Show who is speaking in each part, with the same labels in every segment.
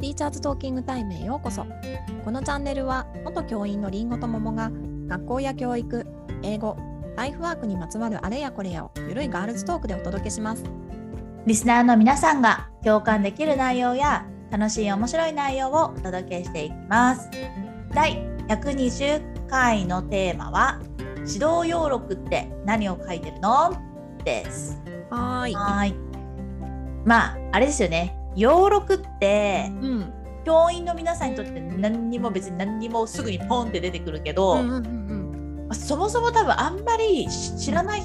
Speaker 1: チャーズトーキングタイムへようこそこのチャンネルは元教員のりんごと桃が学校や教育英語ライフワークにまつわるあれやこれやをゆるいガールズトークでお届けします
Speaker 2: リスナーの皆さんが共感できる内容や楽しい面白い内容をお届けしていきます。第120回のテーマは「指導要録って何を書いてるの?」です。
Speaker 1: はーい
Speaker 2: はい。まああれですよね。要録って
Speaker 1: うん
Speaker 2: 教員の皆さんにとって何にも別に何にもすぐにポンって出てくるけど、
Speaker 1: うんうんうん
Speaker 2: まあそもそも多分あんまりし知らない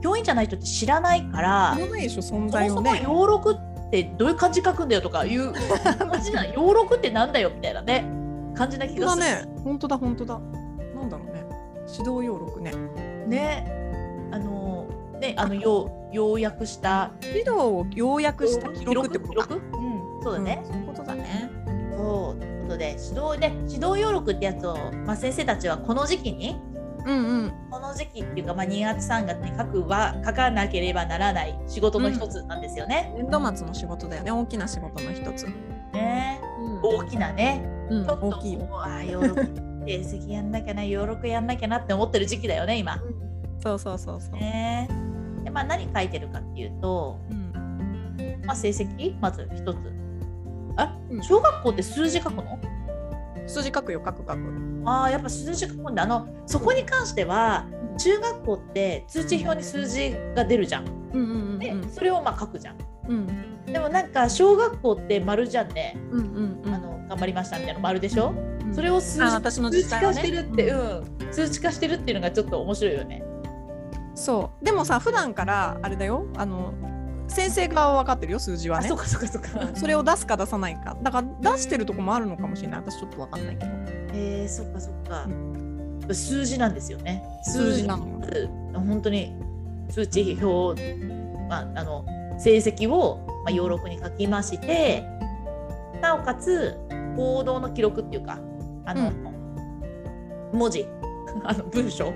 Speaker 2: 教員じゃない人って知らないから。
Speaker 3: 知らないでしょ存
Speaker 2: そ
Speaker 3: 在
Speaker 2: も
Speaker 3: を
Speaker 2: そも
Speaker 3: ね。
Speaker 2: 洋録ってどういう漢字書くんだよとか いう感じなの洋録ってなんだよみたいなね感じな気
Speaker 3: 本
Speaker 2: が
Speaker 3: 当
Speaker 2: す
Speaker 3: だね。本当だ本当だ。なんだろうね。指導要録ね。
Speaker 2: るねあのねあのよう要約した
Speaker 3: 指導を要約した記録ってこと
Speaker 2: 記
Speaker 3: か。
Speaker 2: 録うんそうだね
Speaker 3: ん、、そういうことだね。
Speaker 2: そうということで指導で指導要録ってやつをまあ先生たちはこの時期に
Speaker 3: うんうん。
Speaker 2: この時期っていうかまあ2月3月に書くは書かなければならない仕事の一つなんですよね。
Speaker 3: 年度末の仕事だよね。大きな仕事の一つ。
Speaker 2: ね
Speaker 3: う
Speaker 2: 大きなね
Speaker 3: ん、
Speaker 2: ちょっと
Speaker 3: 大きいよ。
Speaker 2: もうああヨーロッパ 成績やんなきゃなヨーロッパやんなきゃなって思ってる時期だよね今。
Speaker 3: そうそうそうそう。
Speaker 2: ねでまあ、何書いてるかっていうと、
Speaker 3: うん
Speaker 2: まあ、成績まず一つ。あ
Speaker 3: うん
Speaker 2: 小学校って数字書くの
Speaker 3: 数字書くよ書く書く。
Speaker 2: ああやっぱ数字書くんだあのそこに関しては
Speaker 3: ん
Speaker 2: 中学校って通知表に数字が出るじゃん。
Speaker 3: うんうんうん
Speaker 2: でそれをまあ書くじゃん。
Speaker 3: うん
Speaker 2: でもなんか小学校って丸じゃんね
Speaker 3: うんうんう
Speaker 2: あの頑張りましたみたいな丸でしょ、
Speaker 3: ん。
Speaker 2: それを数
Speaker 3: あ
Speaker 2: 字
Speaker 3: 私の
Speaker 2: 数
Speaker 3: 実
Speaker 2: 値
Speaker 3: 際は
Speaker 2: 化
Speaker 3: ね
Speaker 2: してるって、うん、数値化してるっていうのがちょっと面白いよね。
Speaker 3: そうでもさ普段からあれだよあの先生側は分かってるよ数字は
Speaker 2: あ
Speaker 3: ね
Speaker 2: そうかそうかそうか。
Speaker 3: それを出すか出さないかだから出してるとこもあるのかもしれない私ちょっと分かんないけど
Speaker 2: えー、そっかそっか
Speaker 3: う。
Speaker 2: 数字なんですよね。
Speaker 3: 数字なのよ
Speaker 2: 本当に数値表、まあ、あの成績を、まあ、要録に書きましてなおかつ行動の記録っていうかあの、
Speaker 3: う
Speaker 2: 文字 あの文章を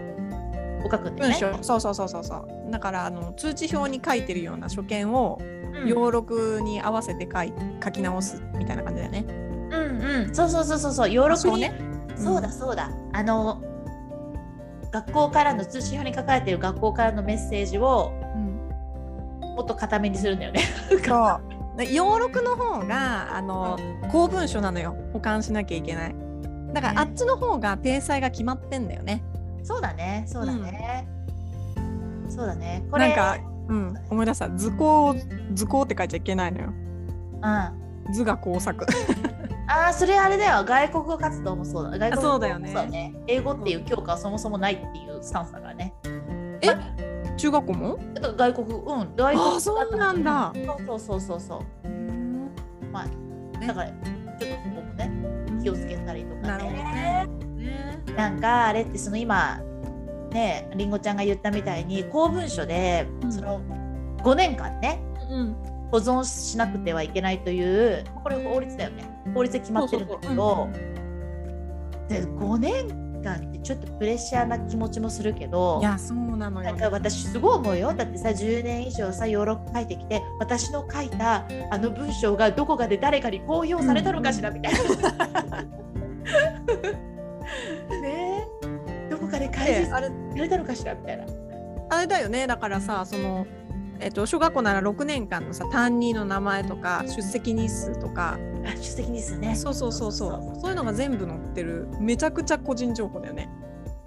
Speaker 2: 書くん
Speaker 3: 文
Speaker 2: だよね。
Speaker 3: 章、そうそうそうそうそうだからあの通知表に書いてるような書見を
Speaker 2: うん
Speaker 3: 要録に合わせて書い書き直すみたいな感じだよね。
Speaker 2: うんうん、そうそうそうそうそう要録
Speaker 3: そう
Speaker 2: に
Speaker 3: ね
Speaker 2: そうだそうだ。あの学校からの通信表に書かれている学校からのメッセージを
Speaker 3: うん、
Speaker 2: もっと固めにするんだよね。
Speaker 3: そうで要録の方があの公文書なのよ保管しなきゃいけない。だからあっちの方が体裁が決まってんだよね。
Speaker 2: そうだね、そうだね。そうだね。これ
Speaker 3: なんか、うん、思い出した図工図工って書いちゃいけないのよ。
Speaker 2: うん、あ
Speaker 3: 図が工 作。
Speaker 2: あ、それあれだよ。外国語活動もそうだ。外国語
Speaker 3: あそうだよね
Speaker 2: 英語っていう教科はそもそもないっていうスタンスだからね。
Speaker 3: 中学校も？
Speaker 2: だから外国、うん、外国
Speaker 3: ああそうなんだ。
Speaker 2: そうそうそうそうそ
Speaker 3: うん
Speaker 2: う。まあ、だからちょっとそこもね、気をつけたりとか
Speaker 3: なるほど
Speaker 2: ね。
Speaker 3: ね。ね
Speaker 2: なんかあれってその今ねりんごちゃんが言ったみたいに公文書で、
Speaker 3: うん
Speaker 2: その5年間ね
Speaker 3: うん。
Speaker 2: 保存しなくてはいけないというこれ法律だよね法律で決まってるんだけどで5年間ってちょっとプレッシャーな気持ちもするけど
Speaker 3: いやそうなの
Speaker 2: な
Speaker 3: よ
Speaker 2: ん。か私すごい思うよだってさ10年以上さヨーロッパ書いてきて私の書いたあの文章がどこかで誰かに公表されたのかしらみたいな。 ねえどこかで開
Speaker 3: で
Speaker 2: 示
Speaker 3: あれ
Speaker 2: されたのかしらみたいな。
Speaker 3: あれだよねだからさその、えっと小学校なら6年間のさ担任の名前とか出席日数とか
Speaker 2: あ出席日数ね
Speaker 3: そうそうそうそう
Speaker 2: そうそうそう
Speaker 3: そういうのが全部載ってるめちゃくちゃ個人情報だよね。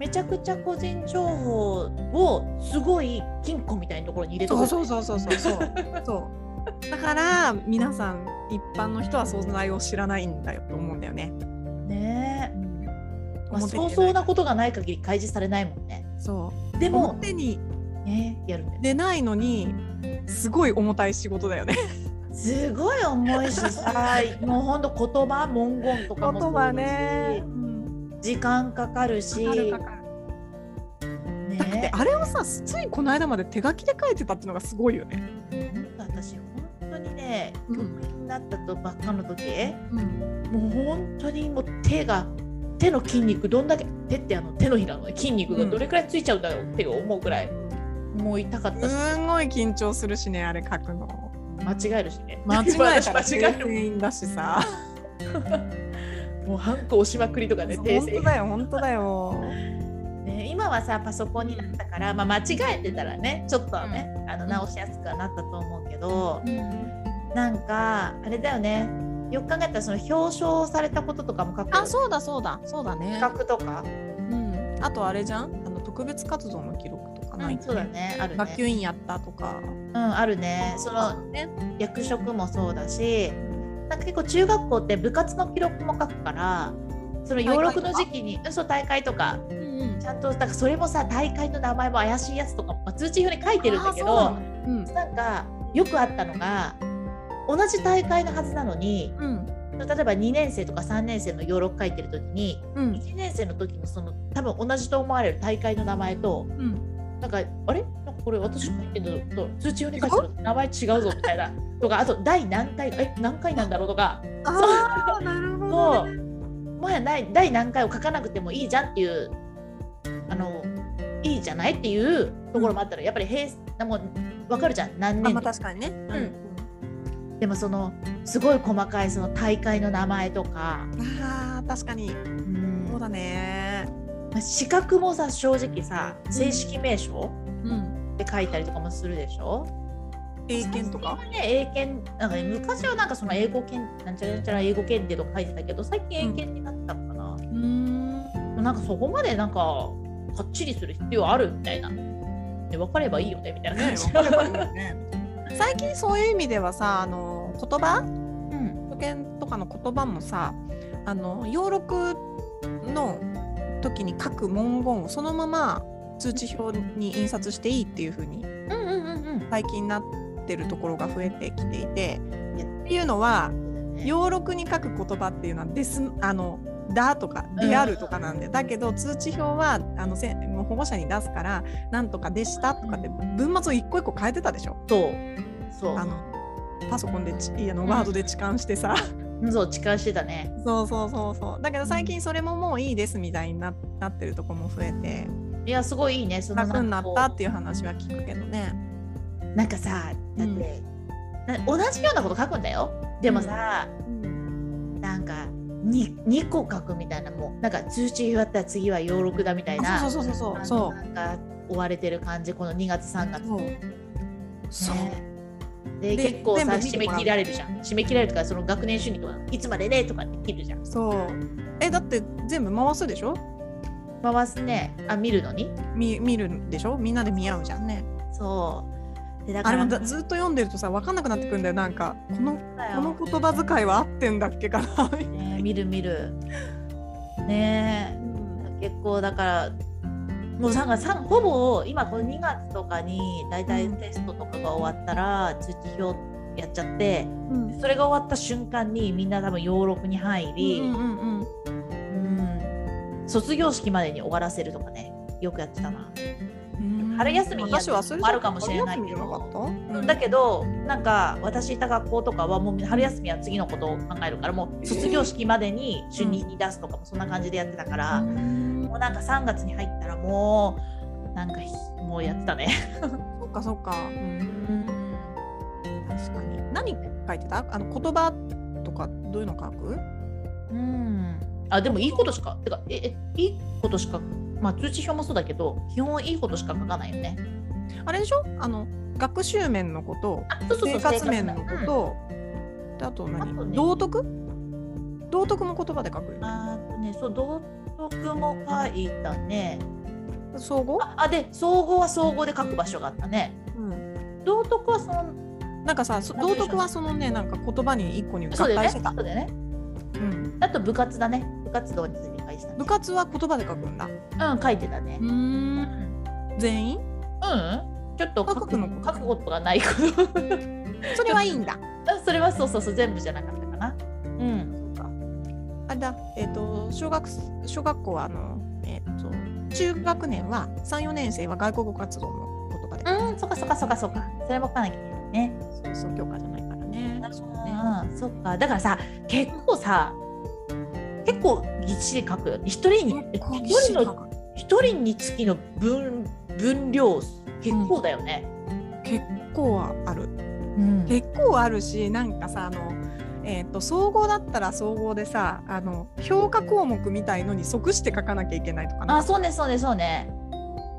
Speaker 2: めちゃくちゃ個人情報をすごい金庫みたいなところに入れて
Speaker 3: そう
Speaker 2: う
Speaker 3: そうそうそうそうそうそうだから皆さん一般の人は存在を知らないんだよと思うんだよね。
Speaker 2: ねえ、まあ、
Speaker 3: 表
Speaker 2: そ
Speaker 3: に
Speaker 2: う
Speaker 3: 出
Speaker 2: そう
Speaker 3: な
Speaker 2: ないことがない限り開示されないもんね
Speaker 3: そう
Speaker 2: でも、
Speaker 3: 表に
Speaker 2: ねえ、やるんだよ
Speaker 3: 出ないのにすごい重たい仕事だ よね。
Speaker 2: すごい重いしさもうほんと言葉文言とかもそうだし
Speaker 3: うん
Speaker 2: 時間かかるし
Speaker 3: かかるかかるだって
Speaker 2: ね
Speaker 3: あれをさついこの間まで手書きで書いてたってのがすごいよね。
Speaker 2: 私本当にね
Speaker 3: うん
Speaker 2: 教員になったとばっかの時、もう本当にもう手が手の筋肉どんだけ手ってあの手のひらの筋肉がどれくらいついちゃうんだろうって思うくらい、もう痛かったし
Speaker 3: すんごい緊張するしねあれ書くの
Speaker 2: 間違えるしね
Speaker 3: 間違えたら
Speaker 2: 私間違える
Speaker 3: 全員だしさ
Speaker 2: もうハンコ押しまくりとかね訂
Speaker 3: 本
Speaker 2: 正
Speaker 3: 当だよ本当だよ
Speaker 2: ね、今はさパソコンになったから、まあ、間違えてたらねちょっとはね、あの直しやすくはなったと思うけど、なんかあれだよねよく考えたらその表彰されたこととかも過去
Speaker 3: あそうだそうだそうだね、
Speaker 2: 企画とか、
Speaker 3: うん、あとあれじゃんあの特別活動の記録とかない、
Speaker 2: そうだねある
Speaker 3: 学級
Speaker 2: ね
Speaker 3: 委員やったとか
Speaker 2: うんあるねその
Speaker 3: ね
Speaker 2: 役職もそうだしなんか結構中学校って部活の記録も書くからその
Speaker 3: 大会と
Speaker 2: 養
Speaker 3: か
Speaker 2: 録の時期にうんそう大会とか
Speaker 3: うんうん
Speaker 2: ちゃんとだからそれもさ大会の名前も怪しいやつとかも、まあ通知表に書いてるんだけど。
Speaker 3: あーそうなの
Speaker 2: なんかよくあったのが同じ大会のはずなのに
Speaker 3: うんうん
Speaker 2: 例えば2年生とか3年生のヨーロッパ書いてる時に
Speaker 3: うん
Speaker 2: 1年生の時のその多分同じと思われる大会の名前と
Speaker 3: うん
Speaker 2: なんかあれなんかこれ私書いてるのと通知用に書いてるのと名前違うぞみた いなとかあと第何回え何回なんだろうとか
Speaker 3: ああなるほど
Speaker 2: もうもはやない第何回を書かなくてもいいじゃんっていうあのいいじゃないっていうところもあったらやっぱり平成もう分かるじゃん何
Speaker 3: あ
Speaker 2: 年
Speaker 3: ま
Speaker 2: 度
Speaker 3: あ確かにねうん
Speaker 2: でもそのすごい細かいその大会の名前とか、
Speaker 3: あー確かに
Speaker 2: うん
Speaker 3: そうだね
Speaker 2: まあ資格もさ正直さ正式名称
Speaker 3: うん
Speaker 2: って書いたりとかもするでしょ
Speaker 3: 英検と
Speaker 2: 最
Speaker 3: か
Speaker 2: 近はね英検なんか、ね、昔はなんかその英語検なんちゃらなんちゃら英語検定とか書いてたけど最近英検になったのかな、
Speaker 3: うーん
Speaker 2: なんかそこまでなんかかっちりする必要あるみたいな。で分かればいいよねみたいな感
Speaker 3: ね
Speaker 2: じ。
Speaker 3: わかればいいよね最近そういう意味ではさあの言葉
Speaker 2: うん
Speaker 3: 保険とかの言葉もさあの洋録の時に書く文言をそのまま通知表に印刷していいっていう風に
Speaker 2: うんうんうん
Speaker 3: 最近なってるところが増えてきていて
Speaker 2: いや
Speaker 3: っていうのは
Speaker 2: うん。
Speaker 3: 洋録に書く言葉っていうのはですあのだとか
Speaker 2: うん
Speaker 3: であるとかなんで、だけど通知表はあのせもう保護者に出すからなんとかでしたとかって文末を一個一個変えてたでしょ
Speaker 2: そうそう
Speaker 3: あのパソコンでちいやあのワードで痴漢してさ
Speaker 2: うんそう痴漢してたね。
Speaker 3: そうそうそうそうだけど最近それももういいですみたいにななってるとこも増えて
Speaker 2: いやすごいいいねその
Speaker 3: 楽にな
Speaker 2: こ
Speaker 3: っ
Speaker 2: う
Speaker 3: たっていう話は聞くけどね
Speaker 2: なんかさだって、
Speaker 3: うん
Speaker 2: な同じようなこと書くんだよでもさ、なんか 2, 2個書くみたいなもうなんか通知表あったら次は洋録だみたいな
Speaker 3: あそうそうそうそうそ
Speaker 2: あのなんか追われてる感じこの2月3月
Speaker 3: うそうそう
Speaker 2: ねで
Speaker 3: で
Speaker 2: 結構さ
Speaker 3: 全部見
Speaker 2: 締
Speaker 3: て
Speaker 2: め
Speaker 3: もらう
Speaker 2: 切られるじゃん締め切られるとかその学年主任とかいつまでねとかって切るじゃん
Speaker 3: そうえだって全部回すでしょ
Speaker 2: 回すねあ見るのに
Speaker 3: 見見るでしょみんなで見合うじゃんね
Speaker 2: そうでだ
Speaker 3: あ
Speaker 2: か
Speaker 3: れ
Speaker 2: ら
Speaker 3: もだずっと読んでるとさ分かんなくなってくるんだよなんかこの
Speaker 2: だ
Speaker 3: こ
Speaker 2: よ
Speaker 3: の言葉遣いは合ってんだっけか なみたいな
Speaker 2: ね見る見るねえ結構だからもうなんかさほぼ今この2月とかに大体テストとかが終わったら通知表やっちゃって
Speaker 3: うん
Speaker 2: それが終わった瞬間にみんな多分ヨーロッパに入り、
Speaker 3: うんうんうんうん
Speaker 2: うん卒業式までに終わらせるとかねよくやってたな、
Speaker 3: うん
Speaker 2: 春休みにやった
Speaker 3: 私忘れちゃっ
Speaker 2: あるかもしれない
Speaker 3: 春休みじ
Speaker 2: けど
Speaker 3: ゃなかった
Speaker 2: だけどなんか私いた学校とかはもう春休みは次のことを考えるからもう卒業式までに主任に出すとかもそんな感じでやってたから、
Speaker 3: うん
Speaker 2: もうなんか3月に入ったらもうなんかひもうやってたね
Speaker 3: そっかそっか。確かに。何書いてた？あの言葉とかどういうの書く？
Speaker 2: うんあでもいいことしかてかええいいことしかまあ通知表もそうだけど基本いいことしか書かないよね
Speaker 3: あれでしょ？あの学習面のこと、
Speaker 2: あそうそうそ
Speaker 3: 生
Speaker 2: う
Speaker 3: 活面のこ
Speaker 2: 生活面
Speaker 3: と、であと何？
Speaker 2: あとね
Speaker 3: 道徳？道徳も言葉で書くよ
Speaker 2: うん
Speaker 3: ね。
Speaker 2: あとねそう道徳も書いたね
Speaker 3: 総合？
Speaker 2: ああで総合は総合で書く場所があったね
Speaker 3: うん。
Speaker 2: 道徳はその
Speaker 3: なんかさ、そ道徳はそのね、なんか言葉に一個に合
Speaker 2: そうだよ
Speaker 3: 体
Speaker 2: ね
Speaker 3: し
Speaker 2: そ
Speaker 3: て
Speaker 2: う
Speaker 3: た。
Speaker 2: だよね
Speaker 3: うん。
Speaker 2: あと部活だね部活動について書いてたね
Speaker 3: 部活は言葉で書くんだ。
Speaker 2: うん書いてたね
Speaker 3: ん。全員？
Speaker 2: うん、ちょっと書
Speaker 3: 覚
Speaker 2: く
Speaker 3: 悟の
Speaker 2: の
Speaker 3: こと
Speaker 2: 書くことがないこと
Speaker 3: それはいいんだ。
Speaker 2: あそれはそうそうそう全部じゃなかったかなうん
Speaker 3: そうか。あれだ、えっ、と小学小学校はあのえっ、と中学年は三四年生は外国語活動の言葉で、
Speaker 2: うんそっかそっかそっかそっかそれも書かなきゃいけないね
Speaker 3: そうそう教科じゃないからね。
Speaker 2: うんそっかだからさ結構さ結構ぎっしり書くよね一人に
Speaker 3: ね
Speaker 2: 一人の一人につきの分分量結構だよね
Speaker 3: 結構はある。
Speaker 2: うん
Speaker 3: 結構あるし、なんかさあの。えー、と総合だったら総合でさあの評価項目みたいのに即して書かなきゃいけないとかなん
Speaker 2: あ
Speaker 3: か
Speaker 2: そうねそうねそうね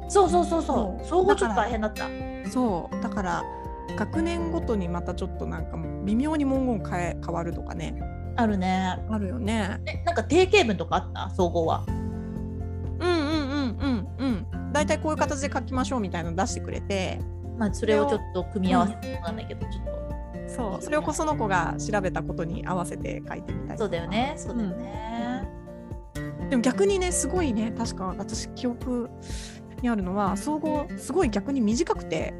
Speaker 2: そうそうそうそう総合ちょっと大変だった
Speaker 3: そうだから学年ごとにまたちょっとなんかもう微妙に文言変え変わるとかね
Speaker 2: あるね
Speaker 3: あるよね。
Speaker 2: えなんか定型文とかあった総合は
Speaker 3: うんうんうんうんうん大体こういう形で書きましょうみたいなの出してくれて
Speaker 2: まあそれをちょっと組み合わせてわかんないけどちょっと
Speaker 3: そうそれをこうその子が調べたことに合わせて書いてみたり
Speaker 2: そ
Speaker 3: と
Speaker 2: うだよね、そうだよね。
Speaker 3: でも逆にねすごいね確か私記憶にあるのは総合すごい逆に短くて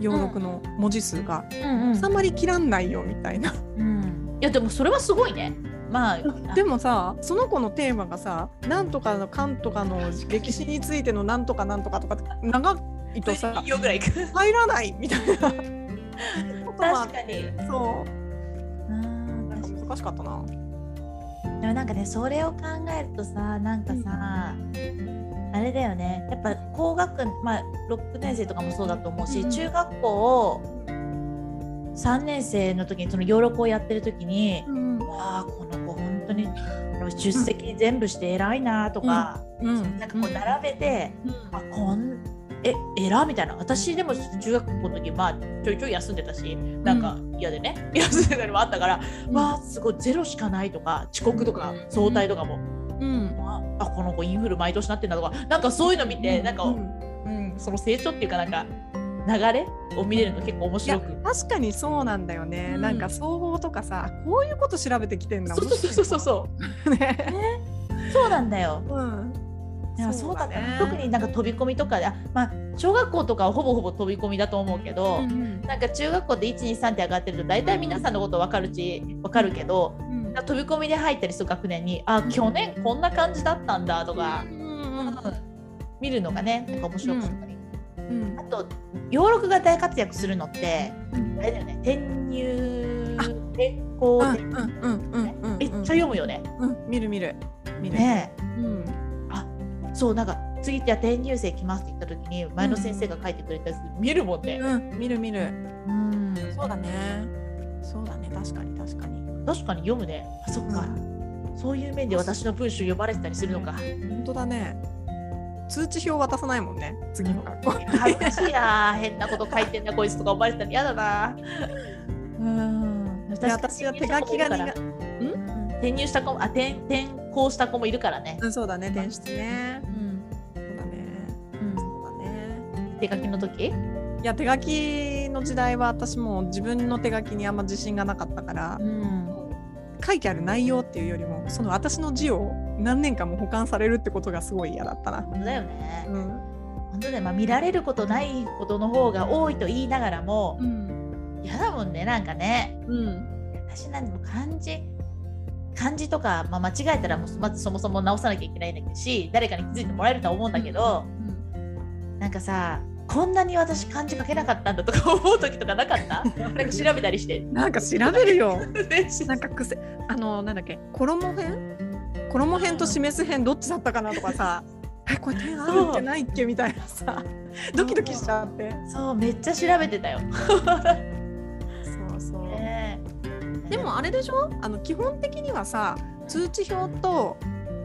Speaker 3: 洋録の文字数が
Speaker 2: うん
Speaker 3: 収まりきらんないよみたいな、
Speaker 2: うん。いやでもそれはすごいね。まあ、
Speaker 3: でもさその子のテーマがさなんとかのかんとかの歴史についてのなんとかなんとかとかって長いとさ
Speaker 2: 秒ぐらいいく。
Speaker 3: 入らないみたい なこともあっ
Speaker 2: 確かに。
Speaker 3: そう
Speaker 2: うん
Speaker 3: なんか難しかったな
Speaker 2: でもなんかねそれを考えるとさなんかさ、あれだよねやっぱ高学まあ6年生とかもそうだと思うし、
Speaker 3: うん
Speaker 2: 中学校を3年生の時にそのヨーロッパをやってる時に、
Speaker 3: うん
Speaker 2: わあこの子本当に出席全部して偉いなとか、
Speaker 3: うん
Speaker 2: なんかこう並べて、あこんえ偉みたいな私でも中学校の時まあちょいちょい休んでたしなんか嫌でね、 休んでたのもあったから、わあすごいゼロしかないとか遅刻とか
Speaker 3: うん
Speaker 2: 早退とかも、
Speaker 3: うん
Speaker 2: ああこの子インフル毎年なってんだとかなんかそういうの見て、なんか、
Speaker 3: う
Speaker 2: うんその成長っていうかなんか流れを見れるの結構面
Speaker 3: いや
Speaker 2: 白く。
Speaker 3: 確かにそうなんだよね、
Speaker 2: うん
Speaker 3: なんか総合とかさあこういうこと調べてきてんだ
Speaker 2: そうそうそうそうそう
Speaker 3: そう ね、
Speaker 2: うそうなんだよ。
Speaker 3: うん、
Speaker 2: いやそうだったね、特に
Speaker 3: な
Speaker 2: なんか飛び込みとかであまあ小学校とかはほぼほぼ飛び込みだと思うけど、なんか中学校で123って上がってると大体皆さんのこと分かるし分かるけどなんか飛び込みで入ったりする学年にあ去年こんな感じだったんだとか、見るのがねなんか面白かったり、あと洋録が大活躍するのってあれだよね転入
Speaker 3: あ
Speaker 2: 転校でめっちゃ読むよね。
Speaker 3: 見る見る見る、
Speaker 2: ねえ
Speaker 3: うん
Speaker 2: そうなんか次じゃあ転入生来ますって言った時に前の先生が書いてくれたやつ見るもんね。
Speaker 3: うん、見る見る
Speaker 2: うん
Speaker 3: そうだねそうだね確かに確かに
Speaker 2: 確かに読むね。あそっか、そういう面で私の文章読まれてたりするのか。
Speaker 3: 本当だね通知表渡さないもんね次の学校
Speaker 2: 恥ずかしいな 変なこと書いてんなこいつとか思われてたら嫌だなうん
Speaker 3: で私は手書きが苦
Speaker 2: 転入した子もいるから転入した子もあ転転校した子もいるからね、
Speaker 3: うんそうだね転出ね
Speaker 2: うん
Speaker 3: そうだねそうだね
Speaker 2: 手書きの時
Speaker 3: いや手書きの時代は私も自分の手書きにあんま自信がなかったから、
Speaker 2: ん
Speaker 3: 書いてある内容っていうよりもその私の字を何年間も保管されるってことがすごい嫌だったな。
Speaker 2: 本当だよね、
Speaker 3: うん
Speaker 2: 本当だよ、まあ、見られることないことの方が多いと言いながらも
Speaker 3: うん
Speaker 2: 嫌だもんねなんかね
Speaker 3: うん
Speaker 2: 私なんでも漢字漢字とか、まあ、間違えたらもうまずそもそも直さなきゃいけないんだし誰かに気づいてもらえるとは思うんだけど、なんかさこんなに私漢字書けなかったんだとか 思う時とかなかったなんか調べたりして
Speaker 3: なんか調べるよ
Speaker 2: ねし
Speaker 3: なんか癖あのなんだっけ衣編衣編と示す編どっちだったかなとか さえこれ点あるんじゃないっけみたいなさドキドキしちゃって
Speaker 2: そうめっちゃ調べてたよ、
Speaker 3: そうそう
Speaker 2: ねえ
Speaker 3: でもあれでしょあの基本的にはさ通知表と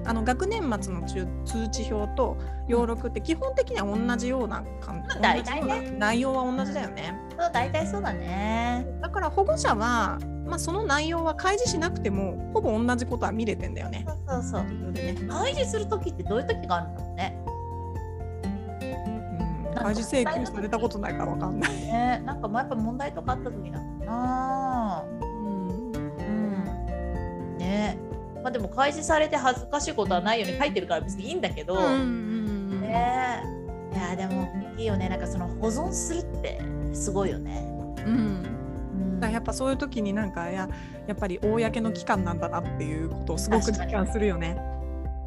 Speaker 3: あの学年末の中通知表と要録って基本的には同じような感
Speaker 2: まあ
Speaker 3: じ、同
Speaker 2: 大
Speaker 3: じ
Speaker 2: 体
Speaker 3: よう
Speaker 2: ね
Speaker 3: な内容は同じだよね。
Speaker 2: そう大体そうだね
Speaker 3: だから保護者は、まあ、その内容は開示しなくてもほぼ同じことは見れてんだよね。
Speaker 2: そうそうそう開示する時ってどういう時があるんだろうね
Speaker 3: うん、開示請求されたことないからわかんない。
Speaker 2: ねえなんかもうやっぱ問題とかあった時なのかなうんねえまあでも開示されて恥ずかしいことはないように書いてるから別にいいんだけど、
Speaker 3: うん
Speaker 2: ねえいやでもいいよねなんかその保存するってすごいよね、
Speaker 3: うん
Speaker 2: うん
Speaker 3: だからやっぱそういう時になんかいややっぱり公の機関なんだなっていうことをすごく実感するよね。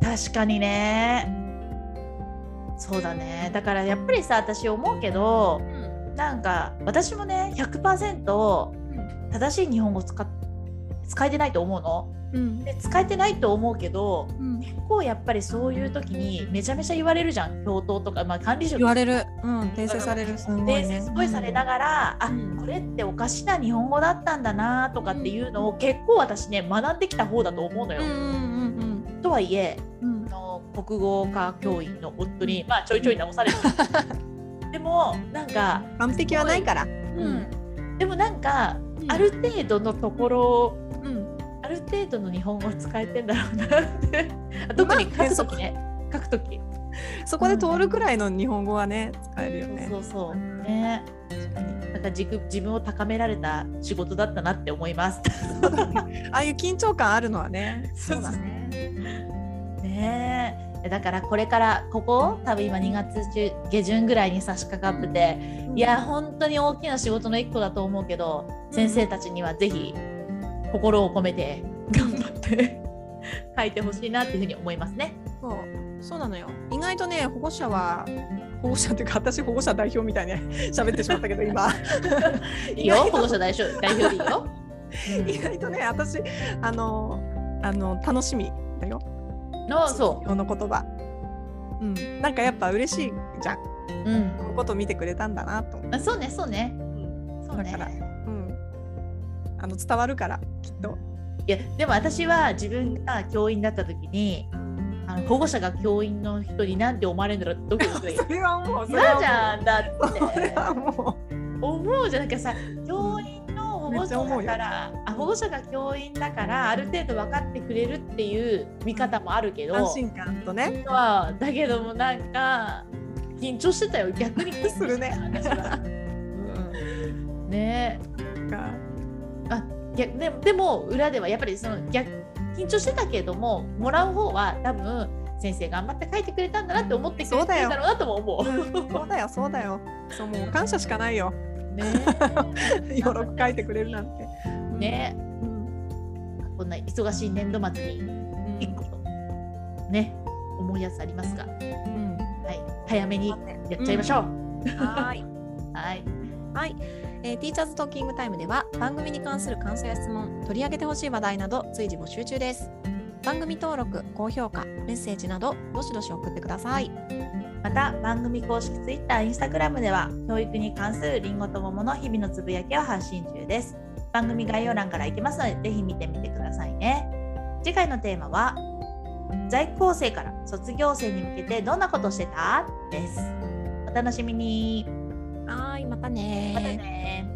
Speaker 2: 確かにねそうだねだからやっぱりさ私思うけどなんか私もね100%正しい日本語使っ使えてないと思うの
Speaker 3: うん
Speaker 2: で使えてないと思うけど
Speaker 3: うん
Speaker 2: 結構やっぱりそういう時にめちゃめちゃ言われるじゃん教頭とか、まあ、管理職
Speaker 3: 言われる、うん、訂正される、すごい
Speaker 2: で
Speaker 3: ね。
Speaker 2: すごいされながら、
Speaker 3: うん
Speaker 2: あこれっておかしな日本語だったんだなとかっていうのを結構私ね学んできた方だと思うのよ。
Speaker 3: うん
Speaker 2: とはいえ
Speaker 3: うんうん
Speaker 2: あの国語科教員の夫に、まあ、ちょいちょい騙され てるでもなんか、
Speaker 3: 完璧はないから。
Speaker 2: うん、でもなんかあ
Speaker 3: ある。
Speaker 2: る程度のところ
Speaker 3: うん。
Speaker 2: ある程度の日本語を使えてんだろうなって 特に書く時ね書く時
Speaker 3: そこで通るくらいの日本語はね、使えるよね。
Speaker 2: そうそうそうね
Speaker 3: 確かに。
Speaker 2: なんか自自分を高められた仕事だったなって思います
Speaker 3: ああいう緊張感あるのはね。
Speaker 2: そうだ
Speaker 3: ね。
Speaker 2: ねえだからこれからここ多分今2月中下旬ぐらいに差し掛かってていや本当に大きな仕事の一個だと思うけど先生たちにはぜひ心を込めて頑張って書いてほしいなっていうふうに思いますね。
Speaker 3: そう。そうなのよ。意外とね、保護者は。保護者っていうか、私保護者代表みたいに 喋ってしまったけど、今。
Speaker 2: いいよ
Speaker 3: 意外と
Speaker 2: 保護者代表代表でいいよ。
Speaker 3: 意外とね、私、あの、あの、楽しみだよ。
Speaker 2: うんのそ
Speaker 3: この言葉。うん、なんかやっぱ嬉しいじゃん。
Speaker 2: う、うん
Speaker 3: このこと見てくれたんだなと思って。
Speaker 2: あ、そうねそうねそうね
Speaker 3: だ。からうん。あの伝わるから、きっと。
Speaker 2: いやでも私は自分が教員だった時にあの保護者が教員の人になんて思われるんだろうってドキドキする
Speaker 3: それはもう。 それは
Speaker 2: 嫌じゃんだっ
Speaker 3: もう。それ
Speaker 2: て。
Speaker 3: はも
Speaker 2: 思うじゃなくてさ教員の保護者だからあ保護者が教員だからある程度分かってくれるっていう見方もあるけ
Speaker 3: う。
Speaker 2: ど
Speaker 3: 安心感とね。
Speaker 2: はだけどもなんか緊張してたよ逆に緊張してた
Speaker 3: するね
Speaker 2: 私はうんね
Speaker 3: が
Speaker 2: 逆ででも裏ではやっぱりその逆緊張してたけどももらう方は多分先生頑張って書いてくれたんだなって思ってくれてるんだろうなとも思う。
Speaker 3: そうだよそうだよそうもう感謝しかない よ
Speaker 2: ね
Speaker 3: よろく書いてくれるなんて
Speaker 2: ね
Speaker 3: うん
Speaker 2: こんな忙しい年度末に
Speaker 3: うん
Speaker 2: 一個ね思いやつありますが、は
Speaker 3: うん
Speaker 2: い、早めにやっちゃいましょう。
Speaker 3: はーい
Speaker 2: はい、
Speaker 1: はい、えー、ティーチャーズトーキングタイムでは番組に関する感想や質問、取り上げてほしい話題など随時募集中です。番組登録、高評価、メッセージなどどしどし送ってください。
Speaker 2: また番組公式 Twitter、Instagram では教育に関するりんごと桃の日々のつぶやきを発信中です。番組概要欄から行けますのでぜひ見てみてくださいね。次回のテーマは在校生から卒業生に向けてどんなことしてたです。お楽しみに。
Speaker 1: はーい、またねー
Speaker 2: またね